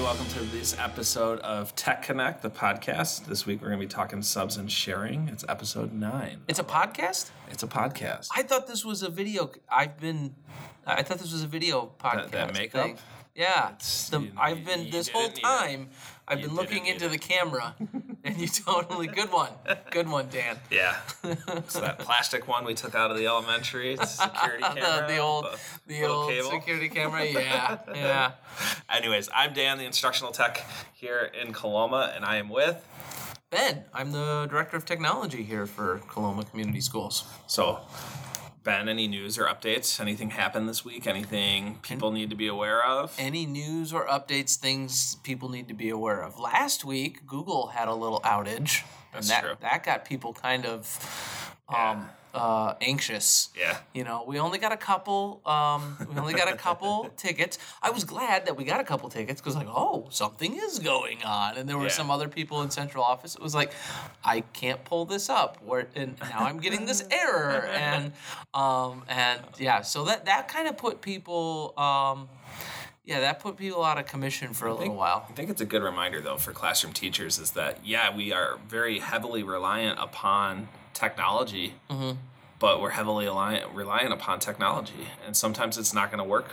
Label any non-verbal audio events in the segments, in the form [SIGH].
welcome to this episode of Tech Connect, the podcast. This week we're going to be talking subs and sharing. It's episode nine. It's a podcast? It's a podcast. I thought this was a video. I've been. I thought this was a video podcast. that makeup? thing. Yeah. It's- The- you- I've been you this didn't whole need it. time. I've been didn't looking need into it. [LAUGHS] the camera, and you totally good one. Good one, Dan. [LAUGHS] [LAUGHS] Yeah. it's that plastic one we took out of the elementary it's a [LAUGHS] security The, camera. the old, the little old cable. security camera. [LAUGHS] Yeah, yeah. Anyways, I'm Dan, the instructional tech here in Coloma, and I am with. Ben, I'm the director of technology here for Coloma Community Schools. So, Ben, any news or updates? Anything happened this week? Anything people need to be aware of? any news or updates things people need to be aware of last week google had a little outage That's and that, true. that got people kind of um, uh, anxious Yeah. you know we only got a couple um, we only got [LAUGHS] a couple tickets i was glad that we got a couple tickets because like oh something is going on and there were Yeah. some other people in central office it was like i can't pull this up where and now i'm getting [LAUGHS] this error and um, and yeah so that that kind of put people um, yeah, that put people out of commission for a little while. I think it's a good reminder though for classroom teachers is that yeah, we are very heavily reliant upon technology. Mm-hmm. But we're heavily reliant, reliant upon technology, and sometimes it's not going to work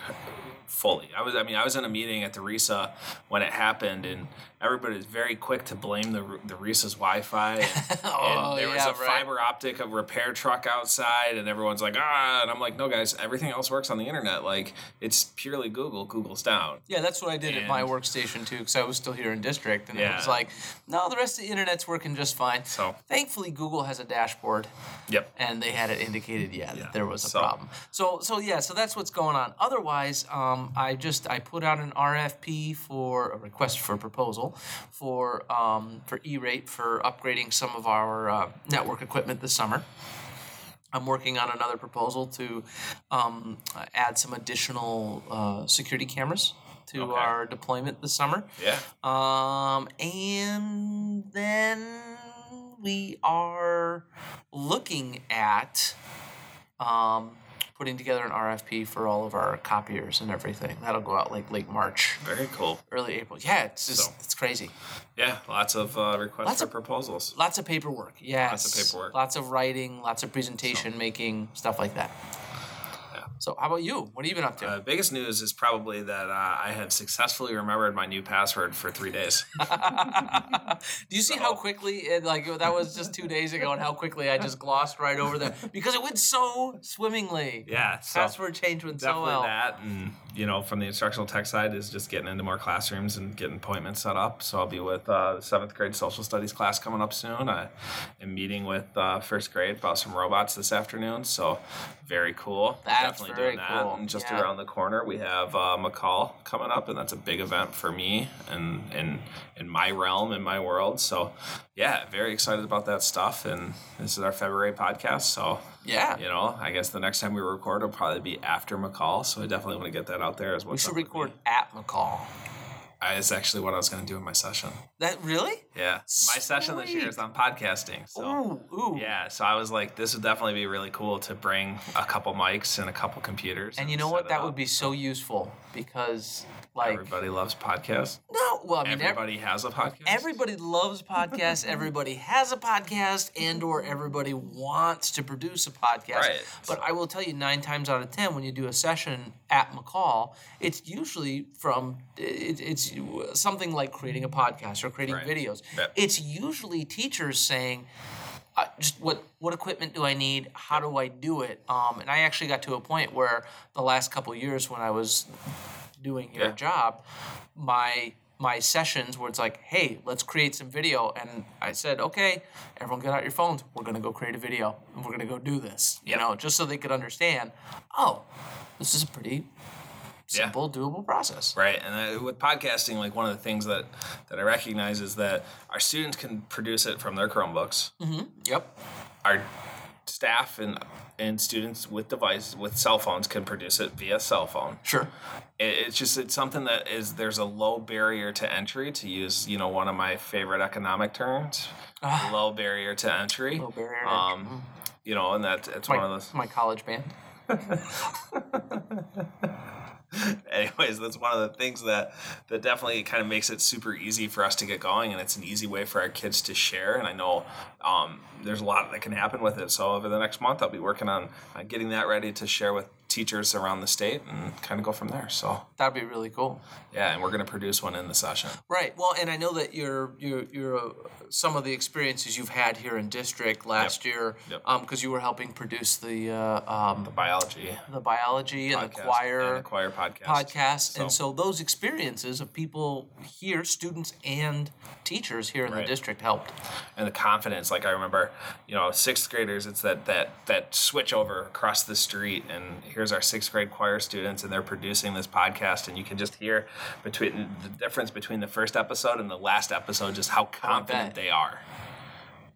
fully. I was, I mean, I was in a meeting at the RISA when it happened, and everybody was very quick to blame the the RISA's [LAUGHS] Wi-Fi. And, Oh, and there was yeah, a right. fiber optic, a repair truck outside, and everyone's like, ah, and I'm like, no, guys, everything else works on the internet. Like, it's purely Google. Google's down. Yeah, that's what I did at my And- workstation too, because I was still here in district, and it was Yeah. like, no, the rest of the internet's working just fine. So- thankfully, Google has a dashboard, Yep. and they had it indicated, yeah, Yeah, that there was a so- problem. So, so yeah, so that's what's going on. Otherwise, um, I just I put out an RFP for a request for proposal for um, for E-rate for upgrading some of our uh, network equipment this summer. I'm working on another proposal to um, uh, add some additional uh, security cameras to Okay. our deployment this summer. Yeah. Um, and then we are looking at um, putting together an RFP for all of our copiers and everything. That'll go out like late March, Very cool. early April. Yeah, it's just So- it's crazy. Yeah, lots of uh, requests Lots for of- proposals. Lots of paperwork. Yes. paperwork. Lots of writing. Lots of presentation making stuff like that. So how about you? What have you been up to? The Uh, biggest news is probably that uh, I had successfully remembered my new password for three days. [LAUGHS] Do you see how quickly it like that was just two days ago and how quickly I just glossed right over that because it went so swimmingly. Yeah, so Password change went so definitely well. that, and you know, from the instructional tech side is just getting into more classrooms and getting appointments set up. So I'll be with uh, the seventh grade social studies class coming up soon. I am meeting with uh, first grade about some robots this afternoon. So very cool. That's definitely very doing that. cool. And just Yeah. around the corner, we have uh, McCall coming up, and that's a big event for me and in in my realm, in my world. So, yeah, very excited about that stuff. And this is our February podcast, so Yeah. you know, I guess the next time we record will probably be after McCall. So I definitely want to get that out there as well. We should record at McCall. It's actually what I was going to do in my session. That really? Yeah, my session this year is on podcasting. So. Ooh, ooh. Yeah, so I was like, this would definitely be really cool to bring a couple mics and a couple computers. And you know what? That would be. be so useful because like Everybody loves podcasts. no, well, I mean ev- Everybody has a podcast. everybody loves podcasts everybody has a podcast and or everybody wants to produce a podcast Right. but i will tell you nine times out of ten when you do a session at mccall it's usually from it, it's something like creating a podcast or creating Right. videos Yep. it's usually teachers saying uh, just what what equipment do I need? How do I do it? Um, and I actually got to a point where the last couple years when I was doing your Yeah. job, my my sessions where it's like, hey, let's create some video, and I said, okay, everyone get out your phones. We're gonna go create a video, and we're gonna go do this. You Yep. know, just so they could understand. Oh, this is a pretty Yeah. simple, doable process. Right, and I, with podcasting, like one of the things that that I recognize is that our students can produce it from their Chromebooks. Yep. Our staff and and students with devices with cell phones can produce it via cell phone. Sure. It, it's just it's something that is there's a low barrier to entry to use you know one of my favorite economic terms, low barrier to entry. Low barrier to Um, you know, and that it's one of those. My college band. anyways, that's one of the things that that definitely kind of makes it super easy for us to get going, and it's an easy way for our kids to share. And I know um, there's a lot that can happen with it. So over the next month, I'll be working on, on getting that ready to share with teachers around the state and kind of go from there. So That'd be really cool. yeah, and we're gonna produce one in the session. Right. Well, and I know that you're you're you're uh, some of the experiences you've had here in district last year, Yep. because you were helping produce the uh, um, Biology. the biology and the podcast choir and the choir podcast. podcast, and so those experiences of people here, students and teachers here in the Right. district helped. and the confidence. Like I remember, you know, sixth graders. It's that that that switch over across the street, and here's our sixth grade choir students, and they're producing this podcast, and you can just hear between the difference between the first episode and the last episode, just how confident they are.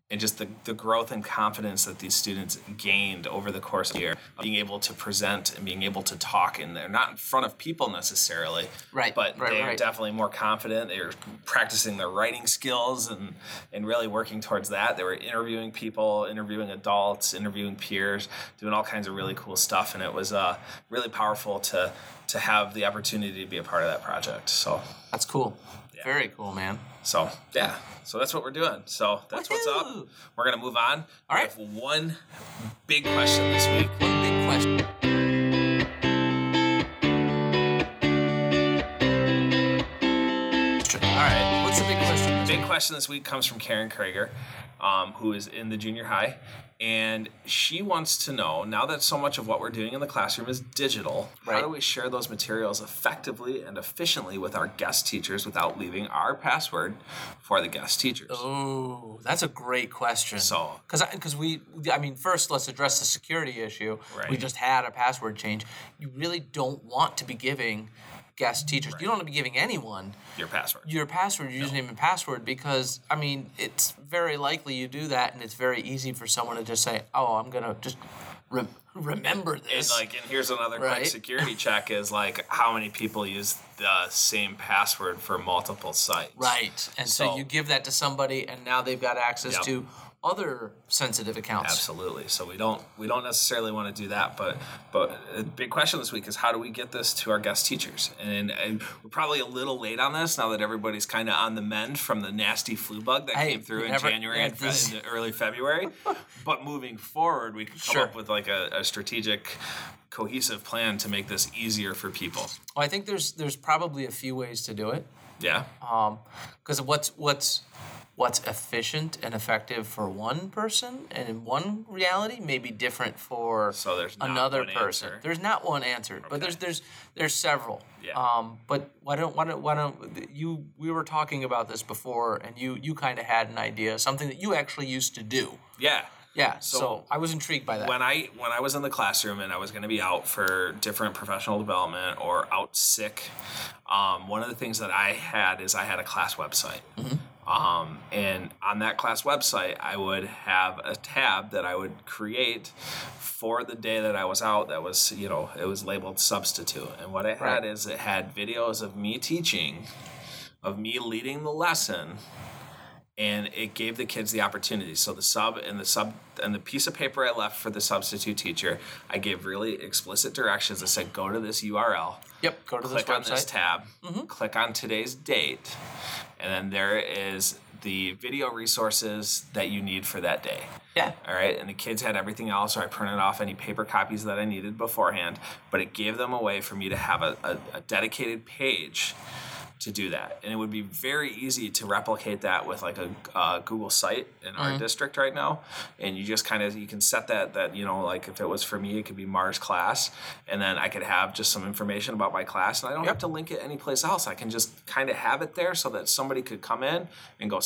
And just the, the growth and confidence that these students gained over the course of the year, being able to present and being able to talk, and they're not in front of people necessarily, Right, But right, they're right. definitely more confident. They were practicing their writing skills and and really working towards that. They were interviewing people, interviewing adults, interviewing peers, doing all kinds of really cool stuff. And it was uh, really powerful to to have the opportunity to be a part of that project. So That's cool. Very cool, man. so yeah. So that's what we're doing. So that's what's up. Woohoo! We're gonna move on. All right. We have one big question this week. One big question. All right. What's the big question? Big question this week comes from Karen Krager, um, who is in the junior high. And she wants to know now that so much of what we're doing in the classroom is digital, how Right. do we share those materials effectively and efficiently with our guest teachers without leaving our password for the guest teachers? Oh, that's a great question. So- because because we, I mean, first let's address the security issue. We Right. just had a password change. You really don't want to be giving guest teachers. You don't want to be giving anyone Your password. your password, your username and password, because I mean, it's very likely you do that, and it's very easy for someone to just say, "Oh, I'm gonna just re- remember and this." like, and here's another Right. quick security check is like how many people use the same password for multiple sites. Right. And so, So- you give that to somebody, and now they've got access Yep. to other sensitive accounts. Absolutely. So we don't we don't necessarily want to do that, but but a big question this week is how do we get this to our guest teachers? And, and we're probably a little late on this now that everybody's kind of on the mend from the nasty flu bug that Hey, came through never- in January and yeah, fe- this- in early [LAUGHS] February. but moving forward, we could come Sure. up with like a, a strategic, cohesive plan to make this easier for people. Well, I think there's there's probably a few ways to do it. Yeah. because what's what's what's efficient and effective for one person and in one reality may be different for So there's not another one person. answer. There's not one answer, but there's there's there's several. Yeah. Um, but why don't why don't why don't you we were talking about this before and you you kind of had an idea something that you actually used to do. yeah. Yeah. So, I was intrigued by that. when I when I was in the classroom and I was going to be out for different professional development or out sick, um, one of the things that I had is I had a class website. Mm-hmm. Um, and on that class website, I would have a tab that I would create for the day that I was out. That was you know it was labeled substitute, and what I Right. had is it had videos of me teaching, of me leading the lesson and it gave the kids the opportunity. So the sub and the sub and the piece of paper I left for the substitute teacher, I gave really explicit directions. I said, go to this URL, yep. Go to this click on website. Mm-hmm. this tab, click on today's date, and then there is the video resources that you need for that day. yeah. All right, and the kids had everything else, or I printed off any paper copies that I needed beforehand, but it gave them a way for me to have a, a, a dedicated page to do that. And it would be very easy to replicate that with like a uh, Google site in our district right now. And you just kind of, you can set that, that, you know, like if it was for me, it could be Mars class. And then I could have just some information about my class and I don't have to link it anyplace else. I can just kind of have it there so that somebody could come in and go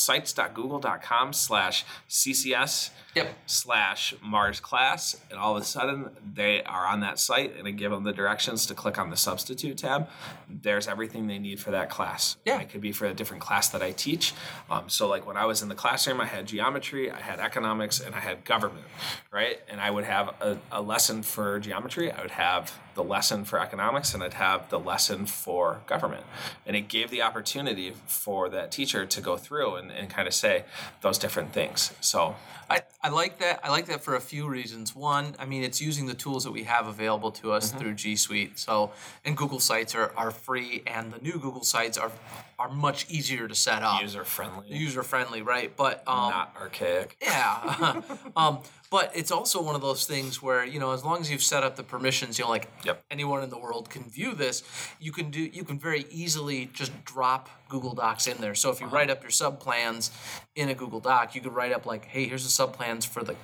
sites.google.com slash CCS Yep. slash Mars class, and all of a sudden they are on that site, and I give them the directions to click on the substitute tab. There's everything they need for that class. Yeah. it could be for a different class that I teach. Um, so, like when I was in the classroom, I had geometry, I had economics, and I had government, right? And I would have a, a lesson for geometry. I would have the lesson for economics and I'd have the lesson for government. And it gave the opportunity for that teacher to go through and, and kind of say those different things. So I, I like that. I like that for a few reasons. One, I mean, it's using the tools that we have available to us Mm-hmm. through G Suite. So, and Google Sites are, are free, and the new Google Sites are are much easier to set up, user friendly, user friendly, right? But um, not archaic. yeah, [LAUGHS] um, but it's also one of those things where you know, as long as you've set up the permissions, you know, like Yep. anyone in the world can view this. You can do. You can very easily just drop Google Docs in there. So if you write up your sub plans in a Google Doc, you could write up like, hey, here's the sub plans for the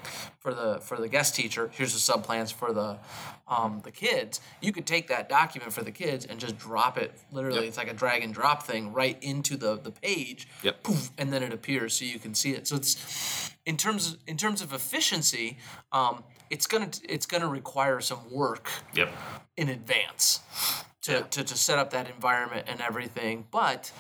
for the for the guest teacher. Here's the sub plans for the um, the kids. You could take that document for the kids and just drop it. Literally, it's like a drag and drop thing right into the the page. Yep. Poof, and then it appears, so you can see it. So it's in terms in terms of efficiency. Um, it's gonna it's gonna require some work Yep. in advance to, to, to set up that environment and everything. But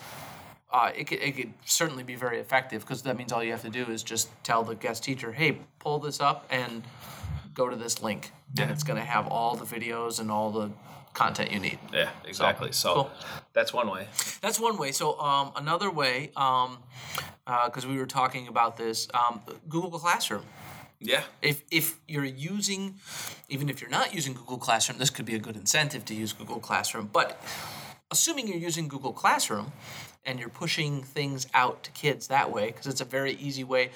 uh, it, could, it could certainly be very effective because that means all you have to do is just tell the guest teacher, hey, pull this up and go to this link. And it's going to have all the videos and all the content you need. Yeah, exactly. So Cool. that's one way. That's one way. So um, another way, because we were talking about this, um, Google Classroom. Yeah. If, if you're using, even if you're not using Google Classroom, this could be a good incentive to use Google Classroom. But assuming you're using Google Classroom and you're pushing things out to kids that way, because it's a very easy way.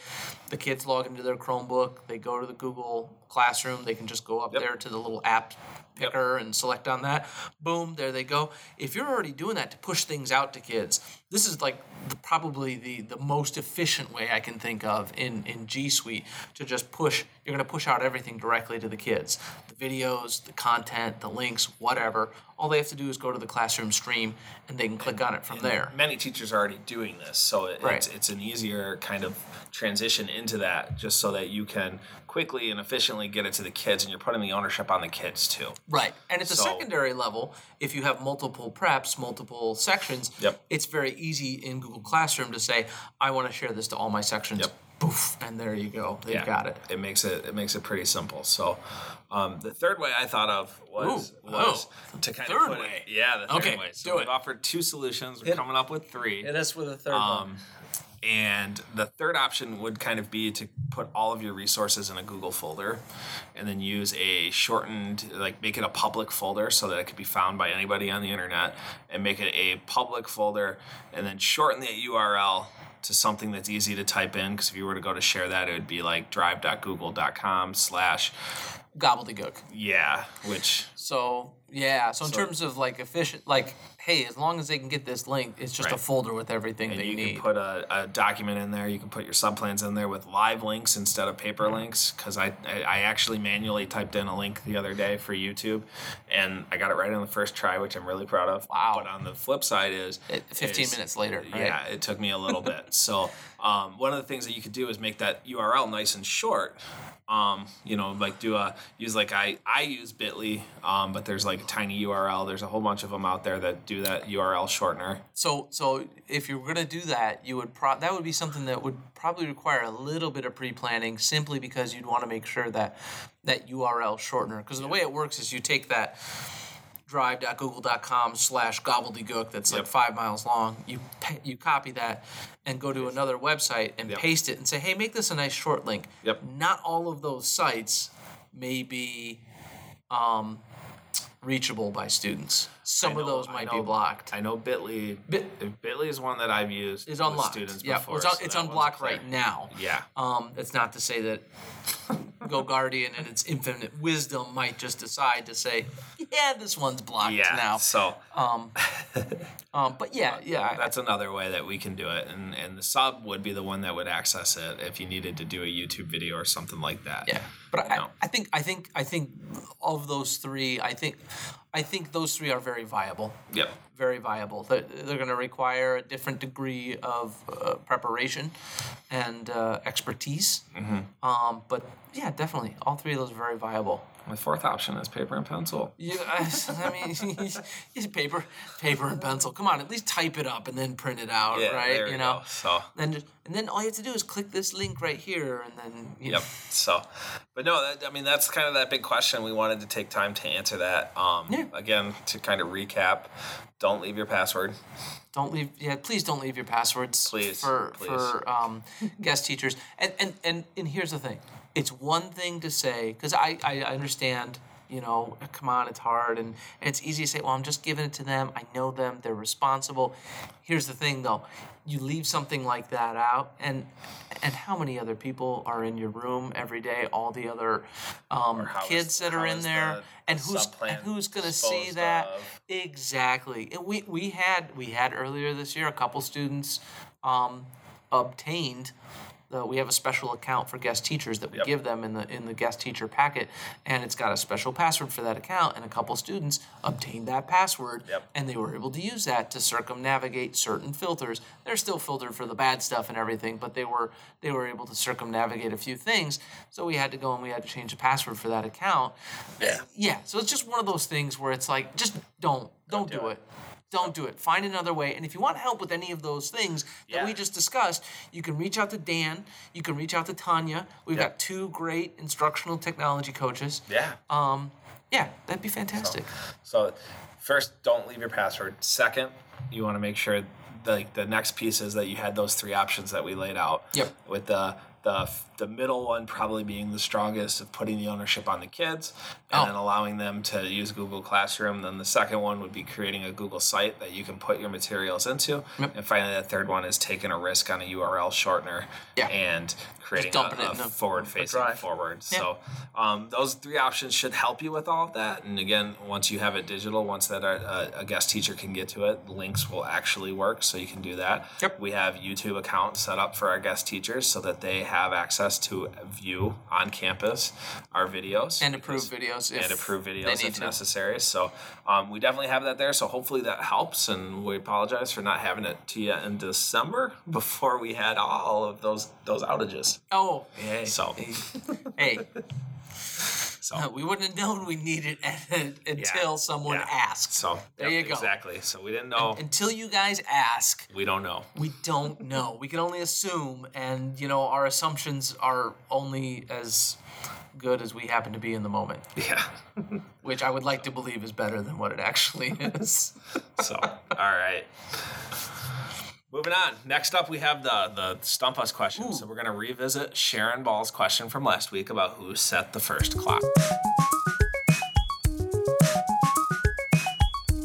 The kids log into their Chromebook, they go to the Google Classroom, they can just go up there to the little app picker and select on that. Boom, there they go. If you're already doing that to push things out to kids, this is like the, probably the, the most efficient way I can think of in, in G Suite to just push, you're going to push out everything directly to the kids the videos, the content, the links, whatever. All they have to do is go to the classroom stream and they can click on it from there. Many teachers are already doing this, so it, Right. it's, it's an easier kind of transition into that, just so that you can quickly and efficiently get it to the kids, and you're putting the ownership on the kids too. Right. And at the So- secondary level, if you have multiple preps, multiple sections, Yep. it's very easy in Google Classroom to say, I want to share this to all my sections. Yep. Poof, and there you go. They've got it. It makes it it makes it pretty simple. So, um, the third way I thought of was Ooh, was oh, to kind third of put way. It, yeah, the third Okay, way. So do we've it. offered two solutions. We're coming up with three. us with a third Um, and the third option would kind of be to put all of your resources in a Google folder and then use a shortened, like make it a public folder so that it could be found by anybody on the internet and make it a public folder and then shorten the URL to something that's easy to type in because if you were to go to share that it would be like drive.google.com slash Gobbledygook. yeah which So yeah. So in terms of like efficient, like hey, as long as they can get this link, it's just a Right. folder with everything they you need. can put a, a document in there. You can put your subplans in there with live links instead of paper links. Because I, I I actually manually typed in a link the other day for YouTube, and I got it right on the first try, which I'm really proud of. Wow. But on the flip side is It- Fifteen is- minutes later. Right? yeah, it took me a little [LAUGHS] bit. So um, one of the things that you could do is make that URL nice and short. Um, you know, like do a use like I I use Bitly, um, but there's like a tiny URL. There's a whole bunch of them out there that do that URL shortener. So so if you're gonna do that, you would pro that would be something that would probably require a little bit of pre planning, simply because you'd want to make sure that that URL shortener. Because the way it works is you take that drive.google.com slash gobbledygook that's like Yep. five miles long you pa- you copy that and go to another website and Yep. paste it and say hey make this a nice short link Yep. not all of those sites may be um, reachable by students some know- of those I might be know- blocked I know Bitly. Bit- Bitly is one that I've used. It's with unlocked. Students yeah, before. it's on, so it's that on one's block clear. right now. Yeah. Um, it's not to say that Go Guardian and its infinite wisdom might just decide to say, yeah, this one's blocked Yeah. now. Uh, So Um, but yeah, yeah, I- that's another way that we can do it, and and the sub would be the one that would access it if you needed to do a YouTube video or something like that. Yeah, but I, know. I think I think I think of those three, I think I think those three are very viable. Yep. Very viable. They're, they're going to require a different degree of uh, preparation and uh, expertise. Mm-hmm. Um, but yeah, definitely, all three of those are very viable. My fourth option is paper and pencil. You, [LAUGHS] I, I mean, it's paper, paper and pencil. Come on, at least type it up and then print it out, Yeah, right? there you we know, go. So then just and then all you have to do is click this link right here, and then you Yep. So, but no, that, I mean that's kind of that big question. We wanted to take time to answer that. Um, Yeah. Again, to kind of recap, don't leave your password. don't leave yeah please don't leave your passwords Please, for please. for um, guest teachers and, and and and here's the thing it's one thing to say because I, I I understand you know come on it's hard and, and it's easy to say well i'm just giving it to them i know them they're responsible here's the thing though you leave something like that out and and how many other people are in your room every day all the other um, how is- kids that are how in is there the- and the who's sub-plan and who's gonna see disposed that of? Exactly. And we we had we had earlier this year a couple students um, obtained. Uh, we have a special account for guest teachers that we Yep. give them in the in the guest teacher packet, and it's got a special password for that account. And a couple students obtained that password, Yep. and they were able to use that to circumnavigate certain filters. They're still filtered for the bad stuff and everything, but they were they were able to circumnavigate a few things. So we had to go and we had to change the password for that account. Yeah. Yeah, so it's just one of those things where it's like, just don't, don't, do do it. it. Don't do it. Find another way. And if you want help with any of those things that we Yeah. just discussed, you can reach out to Dan. You can reach out to Tanya. We've Yeah. got two great instructional technology coaches. Yeah. Um, yeah, that'd be fantastic. So, first, don't leave your password. Second, you want to make sure like the next piece is that you had those three options that we laid out. Yep. With the the the middle one probably being the strongest of putting the ownership on the kids and Oh. then allowing them to use Google Classroom. Then the second one would be creating a Google site that you can put your materials into. And finally, that third one is taking a risk on a URL shortener Yeah. and creating a, dumping it in a- forward facing drive. forward. So um, those three options should help you with all of that. And again, once you have it digital, once that our, uh, a guest teacher can get to it, links will actually work, so you can do that. Yep. We have YouTube accounts set up for our guest teachers so that they have access to view on campus our videos And approve because- videos if and approve they videos need if to. necessary. So um, we definitely have that there. So hopefully that helps. And we apologize for not having it to you in December [LAUGHS] before we had all of those those outages. Oh, So. hey, [LAUGHS] [LAUGHS] So, we wouldn't have known we needed it [LAUGHS] until someone yeah. asked. so There yep, you go. Exactly. So we didn't know. Until you guys ask, we don't [LAUGHS] know. we don't know. We can only assume, and you know, our assumptions are only as good as we happen to be in the moment, Yeah. which I would like to believe is better than what it actually [LAUGHS] is. So, all right. Moving on. Next up, we have the the stump us question. So we're gonna revisit Sharon Ball's question from last week about who set the first clock.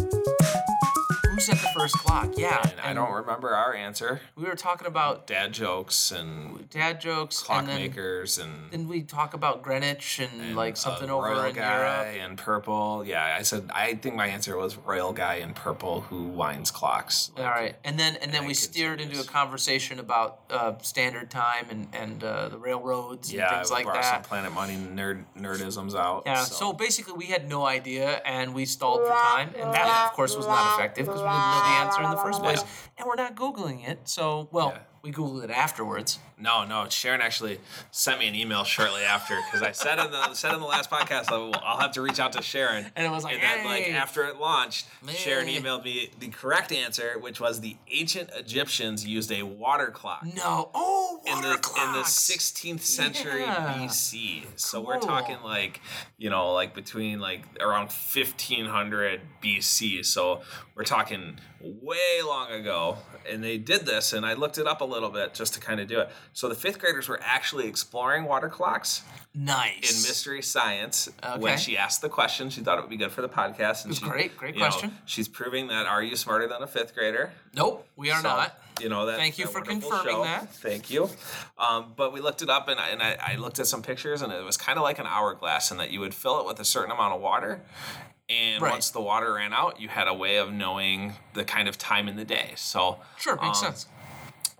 Who set the first clock? Yeah, And I don't remember our answer. We were talking about Dad jokes and dad jokes, and then clockmakers and, didn't we talk about Greenwich and, like something a over royal in guy Europe? and purple. Yeah, I said I think my answer was royal guy in purple who winds clocks. All right, and then and then we steered into a conversation about uh, standard time and and uh, the railroads and Yeah, things I like brought that. some Planet Money nerd nerdisms out. Yeah. So. basically, we had no idea, and we stalled for time, and that, of course, was not effective because we didn't know the answer in the first place, and we're not googling it. So, well, Yeah. we googled it afterwards. No, no. Sharon actually sent me an email shortly after because I said in the [LAUGHS] said in the last podcast, I will- I'll have to reach out to Sharon. And it was like, and then like "Hey." after it launched, Sharon Man. emailed me the correct answer, which was the ancient Egyptians used a water clock. No. Oh, In water the, in the clocks. 16th century Yeah. BC. So we're Cool. talking like, you know, like between like around 1500 BC. So we're talking way long ago. And they did this, and I looked it up a little bit just to kind of do it. So the fifth graders were actually exploring water clocks Nice. in mystery science when Okay. she asked the question she thought it would be good for the podcast and was she- great, great you know, question. she's proving that are you smarter than a fifth grader Nope, we are so, not. You know that. Thank you that for wonderful confirming show. that. Thank you. Um, but we looked it up, and I, and I, I looked at some pictures, and it was kind of like an hourglass, in that you would fill it with a certain amount of water, and Right. once the water ran out, you had a way of knowing the kind of time in the day. So Sure, makes um, sense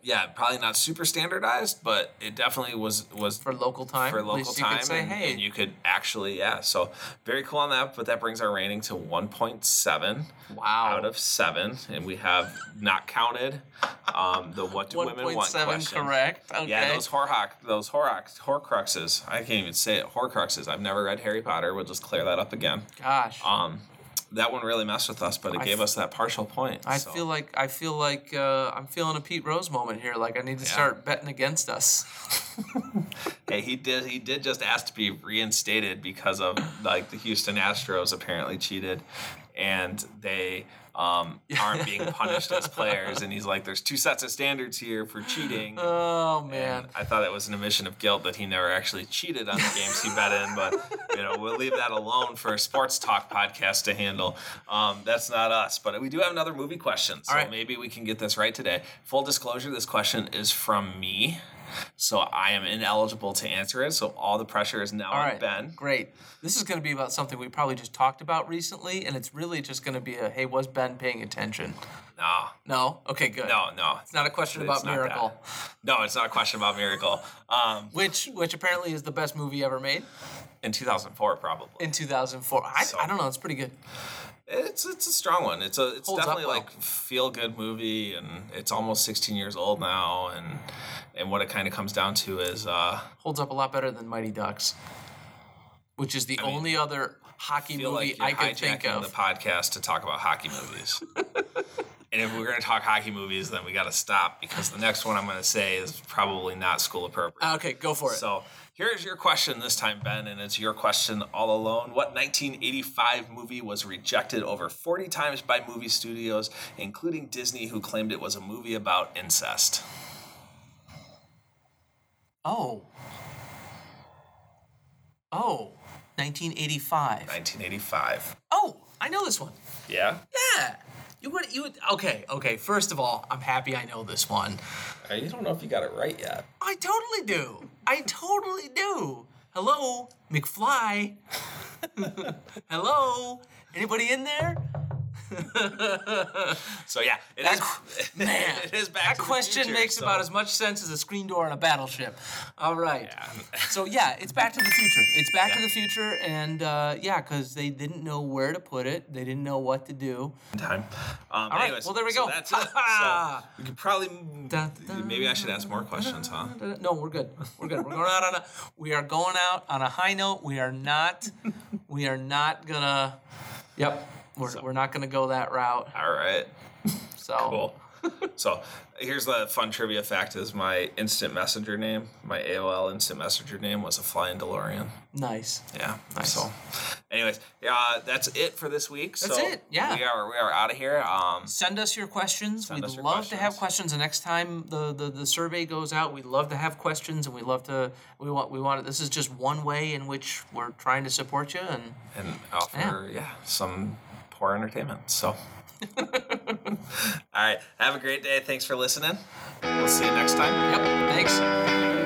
Yeah, probably not super standardized, but it definitely was was for local time. for at local least you time, Could say, and, hey, and you could actually yeah. So very cool on that, but that brings our rating to one point seven wow. out of seven, and we have not counted um, the what do women want 1.7 question. correct. Okay. Yeah, those horcrux, those horcrux, horcruxes. I can't even say it. Horcruxes. I've never read Harry Potter. We'll just clear that up again. Gosh. Um, that one really messed with us, but it I gave f- us that partial point. I so. feel like I feel like uh, I'm feeling a Pete Rose moment here. Like I need to start betting against us. Hey, he did. He did just ask to be reinstated because of like the Houston Astros apparently cheated, and they um, aren't being punished as players. And he's like, "There's two sets of standards here for [LAUGHS] cheating." Oh man. Hmm. And I thought that was an admission of guilt that he never actually cheated on the games he bet in, [LAUGHS] but you know we'll leave that alone for a sports talk podcast to handle. Um, that's not us, but we do have another movie question, so All right. maybe we can get this right today. Full disclosure: this question is from me, so I am ineligible to answer it. So all the pressure is now All on right, Ben. Great. This is going to be about something we probably just talked about recently, and it's really just going to be a hey, was Ben paying attention? No, No. Okay. Good. no, no. It's not a question about not that. Miracle, No, it's not a question about Miracle. Um, which which apparently is the best movie ever made in 2004, probably. in 2004. I, I don't know. It's pretty good. It's it's a strong one. It's a it's Holds up definitely well. like feel good movie, and it's almost 16 years old now, and and what it kind of comes down to is uh, Holds up a lot better than Mighty Ducks, which is the only other hockey I feel movie like you're I can hijacking think of. the podcast to talk about hockey movies. [LAUGHS] and if we're gonna talk hockey movies, then we got to stop because the next one I'm gonna say is probably not school appropriate. Ah, okay, go for it. So here's your question this time, Ben, and it's your question all alone. What 1985 movie was rejected over 40 times by movie studios, including Disney, who claimed it was a movie about incest? oh. Oh. 1985. 1985. Oh, I know this one. Yeah? Yeah. You would you would okay, okay. First of all, I'm happy I know this one. I don't know if you got it right yet. I totally do. I totally do. Hello, McFly. [LAUGHS] Hello. Anybody in there? So yeah, [LAUGHS] it is. Man, it is back. that to the question Future, makes so- about as much sense as a screen door on a battleship. All right. Yeah. so yeah, it's Back to the Future. It's Back to the Future, and uh, yeah, because they didn't know where to put it, they didn't know what to do. [LAUGHS] time. Um, right, anyways, well, there we so go. that's it. [LAUGHS] so we could probably. maybe I should ask more questions, huh? No, we're good. We're good. We're going out on a. We are going out on a high note. We are not. We are not gonna. Yep. We're, we're not gonna go that route. All right. So Cool. so here's the fun trivia fact is my instant messenger name, my AOL instant messenger name was a flying DeLorean. nice. Yeah. So anyways, yeah, that's it for this week. That's so it, yeah. We are we are out of here. Um Send us your questions. we'd us love your to have questions. The next time the, the, the survey goes out, we'd love to have questions, and we love to we want we want this is just one way in which we're trying to support you. And and offer yeah. some poor entertainment. So [LAUGHS] all right. Have a great day. Thanks for listening. We'll see you next time. yep, thanks.